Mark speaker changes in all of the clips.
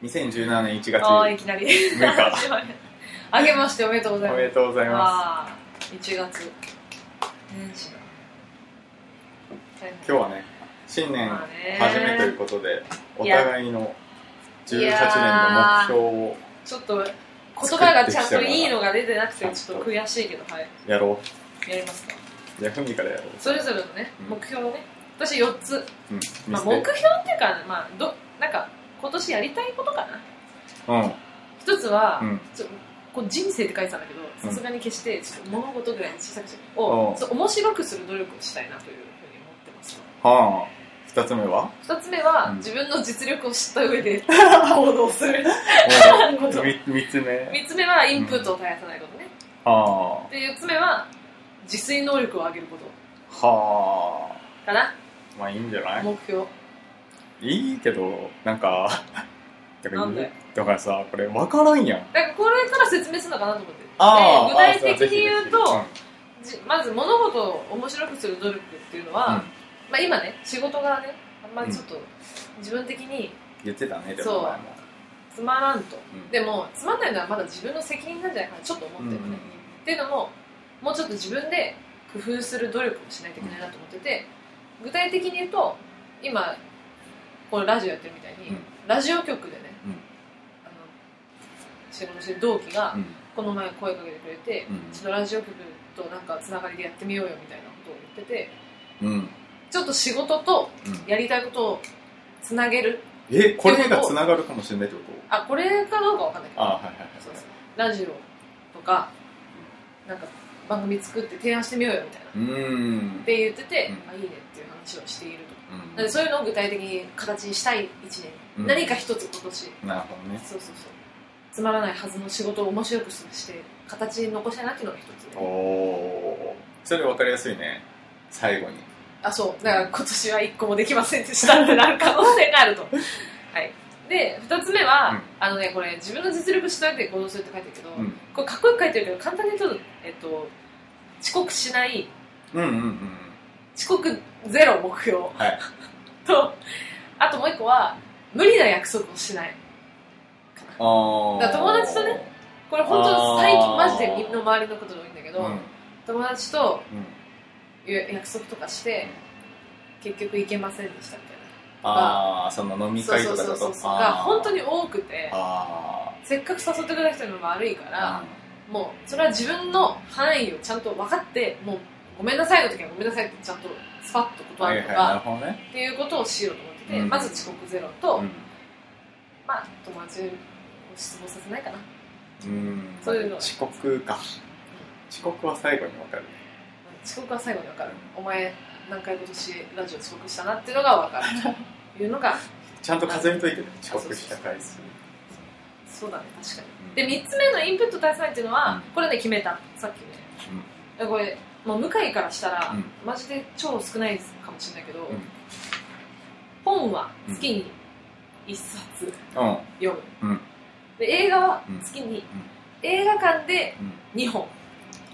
Speaker 1: 2017年1月
Speaker 2: ああ
Speaker 1: 6
Speaker 2: いきなり
Speaker 1: 日
Speaker 2: あげましておめでとうござい
Speaker 1: お
Speaker 2: ます
Speaker 1: めでとうございま
Speaker 2: ああ1月年始だ
Speaker 1: す今日はね新年
Speaker 2: まあね
Speaker 1: 初めということでお
Speaker 2: いや
Speaker 1: 互いの18
Speaker 2: い
Speaker 1: 年
Speaker 2: やー
Speaker 1: の目標を
Speaker 2: ちょっと言葉がちゃんといいのが出てなくてちょっと悔しいけどはい
Speaker 1: やろ
Speaker 2: やりますか
Speaker 1: うじゃあふみからやろう
Speaker 2: それぞれのね
Speaker 1: うん
Speaker 2: 目標をね私4つ、
Speaker 1: うん見
Speaker 2: まあ、
Speaker 1: せ
Speaker 2: 目標ってていうかまあどなんか今年やりたいことかな
Speaker 1: う
Speaker 2: 一つは、
Speaker 1: んうん
Speaker 2: ちょこう人生って書いてたんだけど
Speaker 1: うん
Speaker 2: さすがに決してちょっと物事ぐらいに小さくしを
Speaker 1: うん
Speaker 2: そう面白くする努力をしたいなというふうに思ってます
Speaker 1: はあ二つ目は
Speaker 2: 二つ目は、
Speaker 1: うん
Speaker 2: 自分の実力を知った上 で行動すること
Speaker 1: み三つ目
Speaker 2: 三つ目はインプットを絶やさないことね、
Speaker 1: は
Speaker 2: で四つ目は自炊能力を上げること
Speaker 1: あは
Speaker 2: かな
Speaker 1: あまあいいんじゃない
Speaker 2: 目標
Speaker 1: いいけどなんかだから
Speaker 2: なんで
Speaker 1: だからさこれ分からんやん
Speaker 2: だからこれから説明するのかなと思って
Speaker 1: ああ
Speaker 2: で具体的に言うとじまず物事を面白くする努力っていうのは、
Speaker 1: うん
Speaker 2: まあ、今ね仕事がねあんまりちょっと自分的に
Speaker 1: 言ってたねで
Speaker 2: そ
Speaker 1: も
Speaker 2: う
Speaker 1: 前も
Speaker 2: つまらんと、
Speaker 1: うん
Speaker 2: でもつまんないのはまだ自分の責任なんじゃないかなちょっと思ってるのね、
Speaker 1: うんうんうん
Speaker 2: っていうのももうちょっと自分で工夫する努力をしないといけないなと思ってて、具体的に言うと今このラジオやってるみたいに、
Speaker 1: うん
Speaker 2: ラジオ局でね、
Speaker 1: うん
Speaker 2: あの仕事してる同期が
Speaker 1: うん
Speaker 2: この前声かけてくれて、
Speaker 1: うん
Speaker 2: うちのラジオ局となんかつながりでやってみようよみたいなことを言ってて
Speaker 1: うんうん
Speaker 2: ちょっと仕事とやりたいことをつなげる
Speaker 1: えこれがつながるかもしれないってこと
Speaker 2: あこれかどうかわかんないけど
Speaker 1: あはいはいはい
Speaker 2: そうそうラジオとかなんか番組作って提案してみようよみたいな、
Speaker 1: う
Speaker 2: っ
Speaker 1: ーん
Speaker 2: て言ってて、
Speaker 1: うん
Speaker 2: あいいねっていう話をしていると
Speaker 1: うん
Speaker 2: なのでそういうのを具体的に形にしたい1年、
Speaker 1: うん
Speaker 2: 何か一つ今年そう
Speaker 1: なるほどね
Speaker 2: そうそうつまらないはずの仕事を面白くして形に残したいなっていうのが一つ
Speaker 1: おおそれ分かりやすいね最後に
Speaker 2: あそうだから今年は1個もできませんでしたってなる可能性があるとはいで2つ目は、
Speaker 1: うん
Speaker 2: あのねこれ自分の実力しといて行動するって書いてるけど、
Speaker 1: うん
Speaker 2: これかっこよく書いてるけど簡単に言うと、えっと、遅刻しない
Speaker 1: うんうんうん
Speaker 2: 遅刻ゼロ目標
Speaker 1: はい
Speaker 2: とあともう一個は無理な約束をしない
Speaker 1: ああ
Speaker 2: だから友達とねこれ本当最近
Speaker 1: あー
Speaker 2: マジでみんな周りのことで多いんだけ
Speaker 1: う
Speaker 2: ど、
Speaker 1: んうん
Speaker 2: 友達と約束とかして結局行けませんでしたみたいな
Speaker 1: ああその飲み
Speaker 2: そう
Speaker 1: 会
Speaker 2: そ
Speaker 1: と
Speaker 2: う
Speaker 1: か
Speaker 2: そ
Speaker 1: だ
Speaker 2: う
Speaker 1: と
Speaker 2: そうが本当に多くて
Speaker 1: あ
Speaker 2: せっかく誘ってくれた人にも悪いから
Speaker 1: あ、
Speaker 2: もうそれは自分の範囲をちゃんと分かってもうごめんなさいの時はごめんなさいってちゃんとスパッと
Speaker 1: は
Speaker 2: 断
Speaker 1: い
Speaker 2: る
Speaker 1: はい
Speaker 2: と
Speaker 1: なる
Speaker 2: か
Speaker 1: ほどね
Speaker 2: っていうことをしようと思ってて、
Speaker 1: うん
Speaker 2: まず遅刻ゼロと、
Speaker 1: うん
Speaker 2: まあ友達を失望させないかな
Speaker 1: うん
Speaker 2: そういうの
Speaker 1: 遅刻か遅刻は最後に分かる
Speaker 2: 遅刻は最後に分かるお前何回今年ラジオ遅刻したなっていうのが分かるというの が
Speaker 1: ちゃんと数えといてね遅刻した回数
Speaker 2: そうだね確かに
Speaker 1: うん
Speaker 2: で3つ目のインプット対策っていうのは、
Speaker 1: うん
Speaker 2: これね決めたさっきね、でこれもう向井からしたら、
Speaker 1: うん
Speaker 2: マジで超少ないかもしれないけど、
Speaker 1: ん
Speaker 2: 本は月に1冊
Speaker 1: うん
Speaker 2: 読む、
Speaker 1: うん
Speaker 2: で映画は
Speaker 1: うん
Speaker 2: 月に、映画館で2本
Speaker 1: うん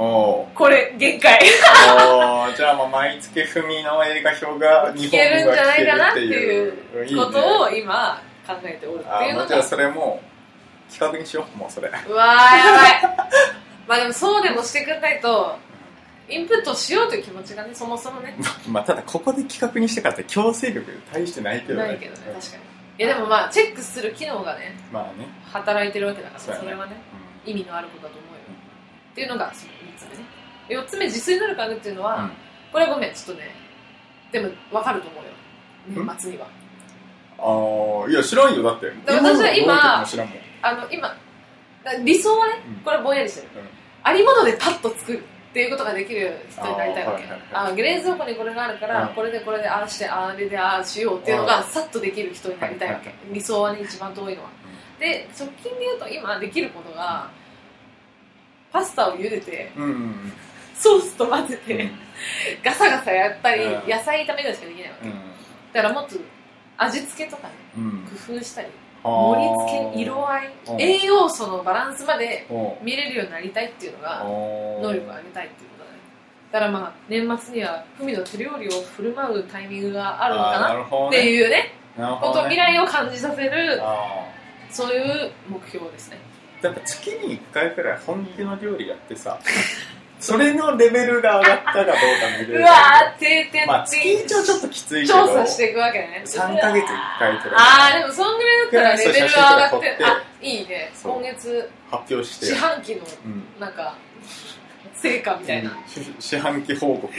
Speaker 1: おー
Speaker 2: これ限界
Speaker 1: おーじゃあまあ毎月ふみの映画表 が日
Speaker 2: 聞けるん
Speaker 1: 本
Speaker 2: じ
Speaker 1: が
Speaker 2: ゃな
Speaker 1: 来て
Speaker 2: い
Speaker 1: る
Speaker 2: かな
Speaker 1: っ
Speaker 2: って
Speaker 1: て
Speaker 2: い
Speaker 1: いう
Speaker 2: うことを今考えておるって
Speaker 1: あ
Speaker 2: いう
Speaker 1: ーも
Speaker 2: の
Speaker 1: うじゃあ
Speaker 2: が
Speaker 1: それもう企画にしようもうそれ
Speaker 2: うわーやばいまあでもそうでもしてくんないとインプットしようという気持ちがねそもそもね
Speaker 1: まあただここで企画にしてからって強制力大してないけどね
Speaker 2: ないけどね確かにいやでもまあチェックする機能がね
Speaker 1: まあね、
Speaker 2: 働いてるわけだから
Speaker 1: そうや
Speaker 2: そ
Speaker 1: ね
Speaker 2: れはね
Speaker 1: う
Speaker 2: 意味のあることだと思うよっていうのがその3つ目ね4つ目自炊能力上げるっていうのは、
Speaker 1: うん
Speaker 2: これはごめんちょっとねでも分かると思うよ
Speaker 1: ん
Speaker 2: 年末には
Speaker 1: ん、ああいや知らんよだって
Speaker 2: ら私は今
Speaker 1: の知らんもん
Speaker 2: あの今だ理想はね
Speaker 1: うん
Speaker 2: これはぼんやりしてる、
Speaker 1: うん
Speaker 2: ありものでパッと作るっていうことができる人になりたいわけ
Speaker 1: あーはいはい
Speaker 2: あの冷蔵庫にこれがあるから、
Speaker 1: うん
Speaker 2: これでこれでああしてあれでああしようっていうの
Speaker 1: あ
Speaker 2: が
Speaker 1: ー
Speaker 2: さっとできる人になりたいわけ、
Speaker 1: はい
Speaker 2: 理想はね一番遠いのは、で直近で言うと今できることがパスタを茹でて
Speaker 1: うんうんうん
Speaker 2: ソースと混ぜ
Speaker 1: う
Speaker 2: て、
Speaker 1: ん
Speaker 2: ガサガサやったり、
Speaker 1: うん
Speaker 2: 野菜炒めぐらいしかできないわけ、だからもっと味付けとかね
Speaker 1: うんうん
Speaker 2: 工夫したり
Speaker 1: あー
Speaker 2: 盛り付け色合い
Speaker 1: うん
Speaker 2: 栄養素のバランスまで
Speaker 1: お
Speaker 2: 見れるようになりたいっていうのが
Speaker 1: 能
Speaker 2: 能力を上げたいっていうことだねだからまあ年末には文の手料理を振る舞うタイミングがあるのか
Speaker 1: なるほ
Speaker 2: な
Speaker 1: ど
Speaker 2: って
Speaker 1: ね
Speaker 2: いうね
Speaker 1: なる
Speaker 2: こ
Speaker 1: ほ
Speaker 2: と
Speaker 1: ど
Speaker 2: 未
Speaker 1: ね
Speaker 2: 来を感じさせる
Speaker 1: あ
Speaker 2: そういう目標ですね
Speaker 1: やっぱ月に1回くらい本気の料理やってさ、それのレベルが上がったかどうか見れ
Speaker 2: う
Speaker 1: る。
Speaker 2: わー定点
Speaker 1: まあ、月
Speaker 2: 的に
Speaker 1: 一はちょっときついけど、
Speaker 2: 調査していくわけね
Speaker 1: 3ヶ月1回くら
Speaker 2: あ
Speaker 1: い
Speaker 2: あでもそんぐらいだったらレベルは上がってあいいね
Speaker 1: そう
Speaker 2: 今月
Speaker 1: 発表して
Speaker 2: 四、半期の
Speaker 1: うん、
Speaker 2: なんか成果み たいな、
Speaker 1: うん四半期報告、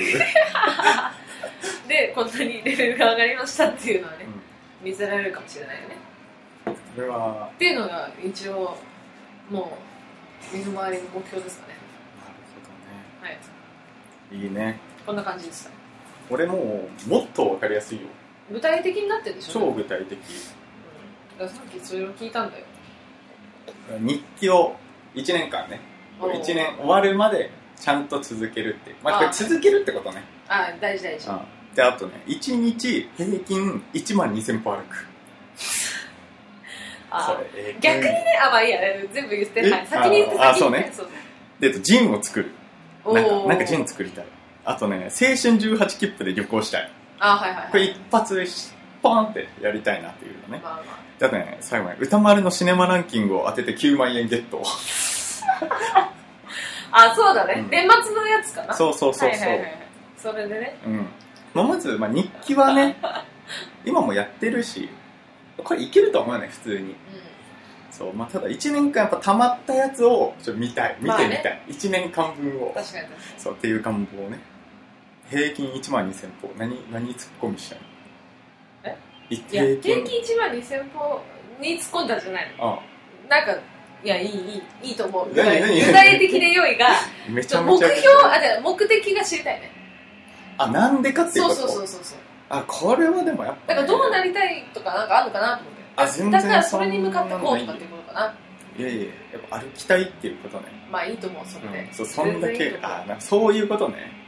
Speaker 2: でこんなにレベルが上がりましたっていうのはね
Speaker 1: うん
Speaker 2: 見せられるかもしれないよね
Speaker 1: これは
Speaker 2: っていうのが一応もう身の回りの目標ですかね
Speaker 1: なる
Speaker 2: はい
Speaker 1: ほどねいいね
Speaker 2: こんな感じでした
Speaker 1: 俺もうもっと分かりやすいよ
Speaker 2: 具体的になってるでしょ
Speaker 1: 超具体的
Speaker 2: うんだからさっきそれを聞いたんだよ
Speaker 1: 日記を1年間ねこれ1年終わるまでちゃんと続けるっていうまあこれ
Speaker 2: あ
Speaker 1: 続けるってことね
Speaker 2: あー大事大事
Speaker 1: うんであとね1日平均1万2000歩歩く
Speaker 2: あ
Speaker 1: これえー
Speaker 2: 逆にねあまあいいや全部言って
Speaker 1: え
Speaker 2: はい先に言って
Speaker 1: あー
Speaker 2: 先に言って
Speaker 1: あであとジンを作る
Speaker 2: そう
Speaker 1: なん
Speaker 2: お
Speaker 1: か
Speaker 2: ー
Speaker 1: なんかジン作りたいあとね青春18切符で旅行したい
Speaker 2: あーはいはいはい
Speaker 1: これ一発でポンってやりたいなっていうのね
Speaker 2: まあまあ
Speaker 1: だってね、最後に歌丸のシネマランキングを当てて9万円ゲット。
Speaker 2: あそうだ
Speaker 1: う
Speaker 2: ね、
Speaker 1: ん
Speaker 2: 年末のやつかな
Speaker 1: そうそうそうそう。
Speaker 2: はいはいはいはいそれでね
Speaker 1: うん。まあ、まず、まあ、日記は ね、今もやってるし、これいけると思うよね、普通に。そう、まあ、ただ1年間やっぱ溜まったやつをちょっと見たい。見
Speaker 2: まあ
Speaker 1: て
Speaker 2: ね
Speaker 1: みたい。1年間分
Speaker 2: う
Speaker 1: を
Speaker 2: ん。確かに確か
Speaker 1: そう、っていう願望をね。平均1万2000歩。何、何突っ込みしたいの
Speaker 2: え
Speaker 1: い
Speaker 2: にいや
Speaker 1: 平均。
Speaker 2: 定期1万2000歩に突っ込んだんじゃないの
Speaker 1: あ
Speaker 2: なんかいやいいいいいいと思う具
Speaker 1: 何何
Speaker 2: 体的で良 いが
Speaker 1: あ、めち
Speaker 2: ちょ
Speaker 1: ゃ
Speaker 2: っと目
Speaker 1: めちゃ。
Speaker 2: 標あじゃあ目的が知りたいね
Speaker 1: あ、なんでかっていうこと
Speaker 2: そうそうそうそうそう
Speaker 1: あ、これはでもやっぱ
Speaker 2: だ
Speaker 1: ね、
Speaker 2: からどうなりたいとかなんかあるのかなと思って
Speaker 1: あ全然
Speaker 2: だからそれに向かってこうとかっていうことかない
Speaker 1: やいや、やっぱ歩きたいっていうことね。
Speaker 2: まあいいと思うそれで、
Speaker 1: うん、そうそんだ
Speaker 2: 全然いい
Speaker 1: け
Speaker 2: と思う
Speaker 1: あなんかそういうことね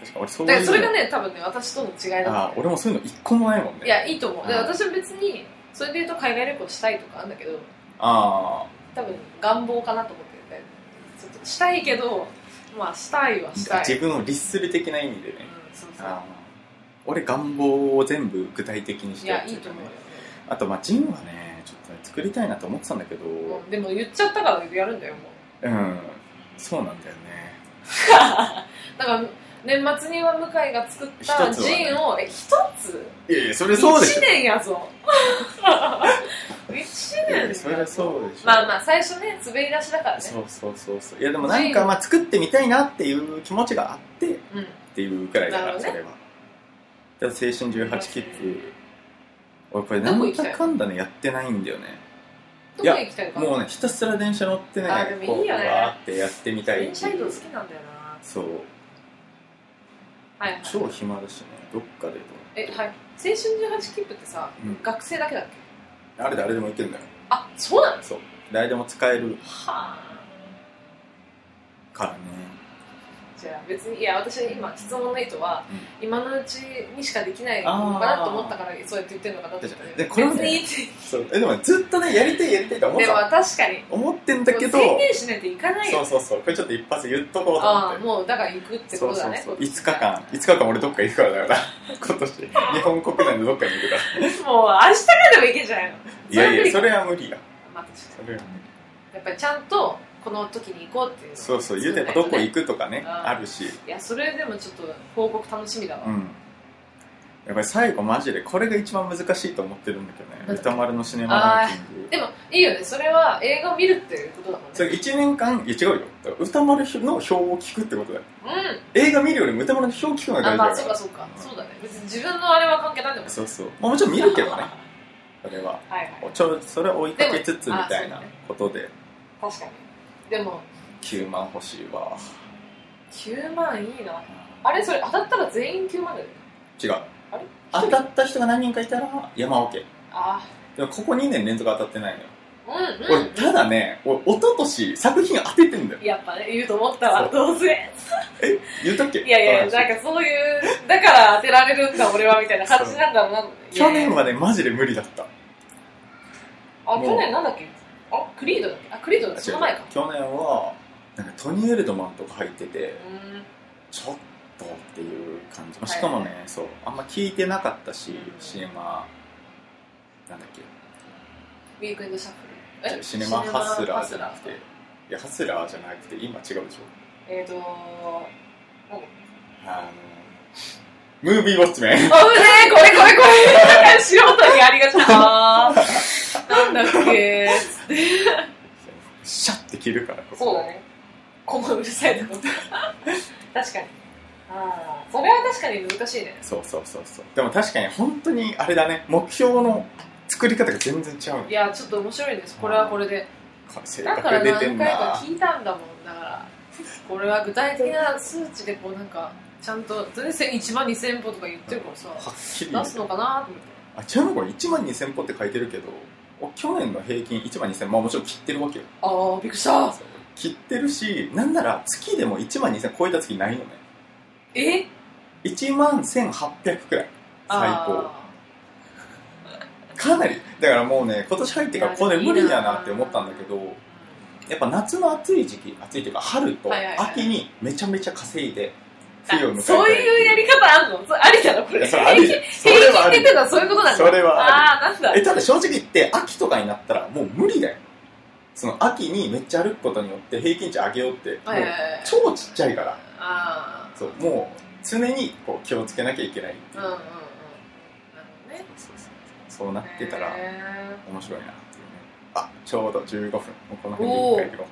Speaker 1: 確か俺そう
Speaker 2: だか
Speaker 1: い
Speaker 2: ら
Speaker 1: う
Speaker 2: それがね多分ね私との違いだ
Speaker 1: あ俺もそういうの一個もないもんね
Speaker 2: いやいいと思うで
Speaker 1: うん
Speaker 2: 私は別にそれで言うと海外旅行したいとかあるんだけど
Speaker 1: あ
Speaker 2: 多分願望かなと思ってるんでちょっとしたいけどまあしたいはし
Speaker 1: あ
Speaker 2: たい、う
Speaker 1: 自分を律する的な意味でね
Speaker 2: ん、そうそう
Speaker 1: あ俺願望を全部具体的にし
Speaker 2: い
Speaker 1: てる
Speaker 2: やいいと思うよ、
Speaker 1: あとまあジンはねちょっとね作りたいなと思ってたんだけど
Speaker 2: もうでも言っちゃったからやるんだよもう
Speaker 1: うんそうなんだよね
Speaker 2: だから年末には向井が作っ
Speaker 1: 一
Speaker 2: た
Speaker 1: つはね
Speaker 2: ジンをえ一つ
Speaker 1: いやいやそれ
Speaker 2: 一
Speaker 1: そうでしょ
Speaker 2: 年や ぞ一
Speaker 1: いやい
Speaker 2: 年
Speaker 1: やそれはそうでしょ
Speaker 2: まあまあ最初ね滑り出しだからね
Speaker 1: そうそうそうそういやでもなんかまあ作ってみたいなっていう気持ちがあって
Speaker 2: うん
Speaker 1: っていうくらいだから、
Speaker 2: なるほ
Speaker 1: そ
Speaker 2: どね
Speaker 1: れはだから青春18切符俺これ
Speaker 2: ど
Speaker 1: な
Speaker 2: こ行
Speaker 1: ん
Speaker 2: きたい
Speaker 1: だかんだねやってないんだよね
Speaker 2: どこ行きたいのか
Speaker 1: もうねひたすら電車乗ってね
Speaker 2: あでもいいよね
Speaker 1: こうわーってやってみたい
Speaker 2: 電車移動好きなんだよな
Speaker 1: そう
Speaker 2: はいはい
Speaker 1: 超暇だしねどっかでどう
Speaker 2: えはい青春18切符ってさ、
Speaker 1: うん
Speaker 2: 学生だけだっけ
Speaker 1: あれ誰でも行けるんだよ
Speaker 2: あそうなのは
Speaker 1: そう誰でも使える
Speaker 2: あ
Speaker 1: からね
Speaker 2: じゃあ別にいや私今質問の意図は、今のうちにしかできないのかなと思ったからそうやって言ってるのかなと思ったけど
Speaker 1: でこれはね
Speaker 2: 別にいいって
Speaker 1: そうえでもねずっとねやりたいやりたいと思っ
Speaker 2: で
Speaker 1: て
Speaker 2: も
Speaker 1: た
Speaker 2: 確かに
Speaker 1: 思ってんだけど
Speaker 2: でも宣言しないといかない
Speaker 1: そ
Speaker 2: よ
Speaker 1: うそうそうこれちょっと一発言っとこうと思っ
Speaker 2: あ
Speaker 1: て
Speaker 2: あもうだから行くって
Speaker 1: そ
Speaker 2: こ
Speaker 1: う
Speaker 2: と
Speaker 1: そ
Speaker 2: だ
Speaker 1: う
Speaker 2: ね
Speaker 1: そう5日間5日間俺どっか行くからだから 今年日本国内のどっかに行 くから
Speaker 2: もう明日からでも行けんじゃないの
Speaker 1: いやいや、
Speaker 2: そ
Speaker 1: それは無理や。
Speaker 2: まあ確か
Speaker 1: それは無理。
Speaker 2: にやっぱりちゃんとこの時に行こうっていうのを
Speaker 1: そうそう、言う
Speaker 2: 作
Speaker 1: て
Speaker 2: ん
Speaker 1: も
Speaker 2: な
Speaker 1: ど
Speaker 2: いと
Speaker 1: こ
Speaker 2: ね
Speaker 1: 行くとかね、
Speaker 2: あ
Speaker 1: あるし。
Speaker 2: いやそれでもちょっと報告楽しみだわ、
Speaker 1: うん。やっぱり最後マジで、これが一番難しいと思ってるんだけどね。
Speaker 2: うん
Speaker 1: 歌丸のシネマランキング。
Speaker 2: でもいいよねそれは映画を見るっていうことだもん
Speaker 1: そ
Speaker 2: ね
Speaker 1: れ1年間、いや違うよ。だから歌丸の表を聞くってことだよ。
Speaker 2: う
Speaker 1: 映画見るよりも歌丸の表を聞くの
Speaker 2: ん
Speaker 1: が
Speaker 2: あまあ
Speaker 1: 大
Speaker 2: そ
Speaker 1: 事
Speaker 2: う
Speaker 1: だ
Speaker 2: か
Speaker 1: か
Speaker 2: そうか、そうだね別に自分のあれは関係ないんだも
Speaker 1: ら。
Speaker 2: んね
Speaker 1: そうそう。まあもちろん見るけど ね。それは。
Speaker 2: はいはい
Speaker 1: ちょ、それを追いかけつつ
Speaker 2: で
Speaker 1: み
Speaker 2: も
Speaker 1: たい
Speaker 2: あ
Speaker 1: な
Speaker 2: そうだ
Speaker 1: ことで、
Speaker 2: 確かにでも
Speaker 1: 9万欲しいわ。
Speaker 2: 9万いいなあれそれ当たったら全員9万だよね
Speaker 1: 違う
Speaker 2: あれ。
Speaker 1: 当たった人が何人かいたら、山オケ。
Speaker 2: あ
Speaker 1: でもここ2年連続当たってないのよ。
Speaker 2: あうん
Speaker 1: 俺
Speaker 2: う
Speaker 1: ただね俺一昨年作品当ててんだよ
Speaker 2: んやっぱね言うと思ったわどうせい
Speaker 1: 言うたっけ
Speaker 2: やいや
Speaker 1: この話
Speaker 2: なんかそういうだから当てられるんだ俺はみたいな感じなんだろうな
Speaker 1: 去年は
Speaker 2: ね
Speaker 1: ねマジで無理だった
Speaker 2: あ
Speaker 1: もう
Speaker 2: 去年なんだっけあクリードだっけあクリードだその前か
Speaker 1: 去年はなんかトニー・エルドマンとか入ってて
Speaker 2: うん
Speaker 1: ちょっとっていう感じ、まあ、
Speaker 2: はい
Speaker 1: しかもね、そうあんま聞いてなかったし
Speaker 2: うん
Speaker 1: CM はなんだっけ
Speaker 2: ウィークエンドシャッフルえ
Speaker 1: シネマハスラーじゃなくて
Speaker 2: シネマハスラー
Speaker 1: いやハスラーじゃなくて今違うでしょ
Speaker 2: えっ、と
Speaker 1: あのムービーウォッチメン
Speaker 2: あぶねえこれこれこれ素人にありがちな あーなんだっけ
Speaker 1: シャッて切るからここ
Speaker 2: そうだねこのうるさいとこ確かにああそれは確かに難しいね
Speaker 1: そうそうそうそうでも確かに本当にあれだね目標の作り方が全然違う
Speaker 2: いやちょっと面白いですこれはこれで
Speaker 1: の性
Speaker 2: だから
Speaker 1: 格出
Speaker 2: 何
Speaker 1: てん
Speaker 2: 回
Speaker 1: な
Speaker 2: か聞いたんだもんだからこれは具体的な数値でこうなんかちゃんと全然1万2000歩とか言ってるからさ
Speaker 1: はっきり
Speaker 2: 出すのかなと思って
Speaker 1: あちなみにこれ1万2000歩って書いてるけど去年の平均1万2000まあもちろん切ってるわけよ
Speaker 2: ああびっくりした
Speaker 1: 切ってるしなんなら月でも1万2000超えた月ないのね
Speaker 2: え
Speaker 1: 1万1800くらい最高
Speaker 2: あ
Speaker 1: かなりだからもうね今年入ってからこれ無理だなって思ったんだけどやっぱ夏の暑い時期暑いっていうか春と
Speaker 2: はいはいはい
Speaker 1: 秋にめちゃめちゃ稼いで
Speaker 2: ー
Speaker 1: 冬を迎えた
Speaker 2: あそういうやり方あんのそれありだろこ
Speaker 1: い
Speaker 2: れ
Speaker 1: やそれありじゃんそれはあ
Speaker 2: 平均
Speaker 1: り
Speaker 2: ってのはそういうことなんだ
Speaker 1: それはあ
Speaker 2: ああーなんだ
Speaker 1: えただ正直言って秋とかになったらもう無理だよその秋にめっちゃ歩くことによって平均値上げようってもう
Speaker 2: はいはいはい
Speaker 1: 超ちっちゃいから
Speaker 2: あ
Speaker 1: そうもう常にこう気をつけなきゃいけない
Speaker 2: あうんうんうんなるほどね
Speaker 1: そうそうそうそうなってたら
Speaker 2: へ
Speaker 1: 面白いなっていうねあちょうど15分もうこの辺で一回行くの